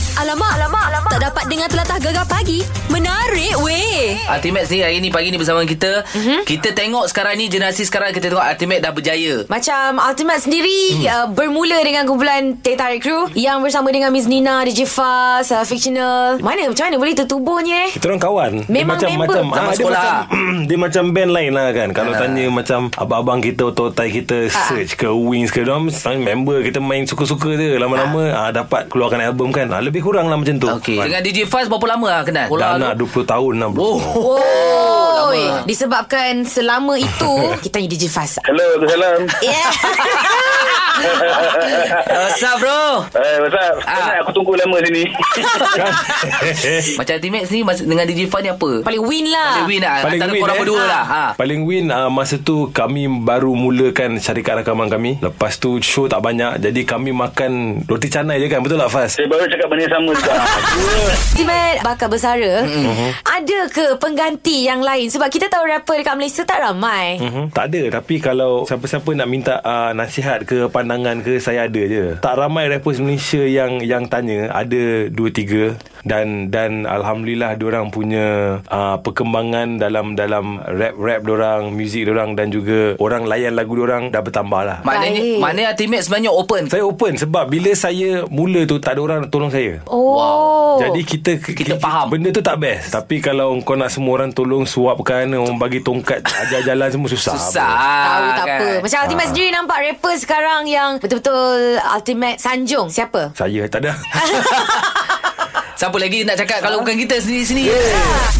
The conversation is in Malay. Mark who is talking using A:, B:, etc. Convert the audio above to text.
A: Alamak, alamak, alamak. Tak dapat dengar telatah gegar pagi. Menarik weh.
B: Ultimate sih hari ni pagi ni bersama kita. Mm-hmm.
A: Mhm.
B: Kita tengok sekarang ni generasi sekarang kita tengok Ultimate dah berjaya.
A: Macam Ultimate sendiri hmm. uh, bermula dengan kumpulan Teh Tarik Crew yang bersama dengan Miss Nina, DJ Faz, uh, Fictional. Mana macam mana boleh tertubuhnya eh?
C: Kita orang kawan Dia
A: Memang
C: macam,
A: member.
C: macam,
B: Zaman
C: ah, dia
B: sekolah. Ah.
C: macam Dia macam band lain lah kan Kalau tanya macam Abang-abang kita Ototai kita
A: Ah.
C: Search ke Wings ke Diorang sebenarnya member Kita main suka-suka je Lama-lama ah. Dapat keluarkan album kan ah, Lebih kurang lah macam tu
B: Okey.
C: Ah,
B: Dengan DJ Faz berapa lama lah kenal?
C: Dah nak 20 tahun lah bro
B: Oh.
A: Oh, disebabkan selama itu kita tanya DJ Faz.
D: Hello, salam.
A: Yeah.
B: What's up bro?
D: Eh, what's up?
B: Ah.
D: Ah. Aku tunggu lama sini.
B: Macam Ultimate ni mas- dengan DJ Faz ni apa?
A: Paling Ah. win lah.
B: Paling win lah.
C: Paling
B: Antara
C: win,
B: korang
C: eh?
B: berdua lah. Ha.
C: Paling win uh, Masa tu kami baru mulakan Syarikat rakaman kami Lepas tu show tak banyak Jadi kami makan Roti canai je kan Betul tak Faz?
D: Saya baru cakap benda yang sama juga.
A: Ultimate bakal bersara. Mm-hmm. Ada ke pengganti yang lain? Sebab kita tahu rapper dekat Malaysia tak ramai.
C: Mm-hmm. Tak ada Tapi kalau Siapa-siapa nak minta uh, Nasihat ke Pandangan ke Saya ada je Tak ramai rappers Malaysia Yang yang tanya Ada 2-3 Dan dan Alhamdulillah Diorang punya uh, Perkembangan Dalam dalam Rap-rap diorang Music diorang Dan juga Orang layan lagu diorang Dah bertambah lah
B: Maknanya,
A: Baik.
B: maknanya Ultimate sebenarnya open.
C: Saya open sebab bila saya mula tu tak ada orang nak tolong saya.
A: Oh.
C: Oh. Jadi kita
B: Kita faham.
C: Benda tu tak best. Tapi kalau kau nak semua orang tolong suapkan, orang bagi tongkat ajar jalan semua susah.
B: Susah.
A: Tahu tak
B: kan?
A: apa Macam Ultimate sendiri Nampak rapper sekarang Yang betul-betul Ultimate Sanjung Siapa?
C: Saya tak ada.
B: Siapa lagi nak cakap kalau bukan kita sendiri-sendiri?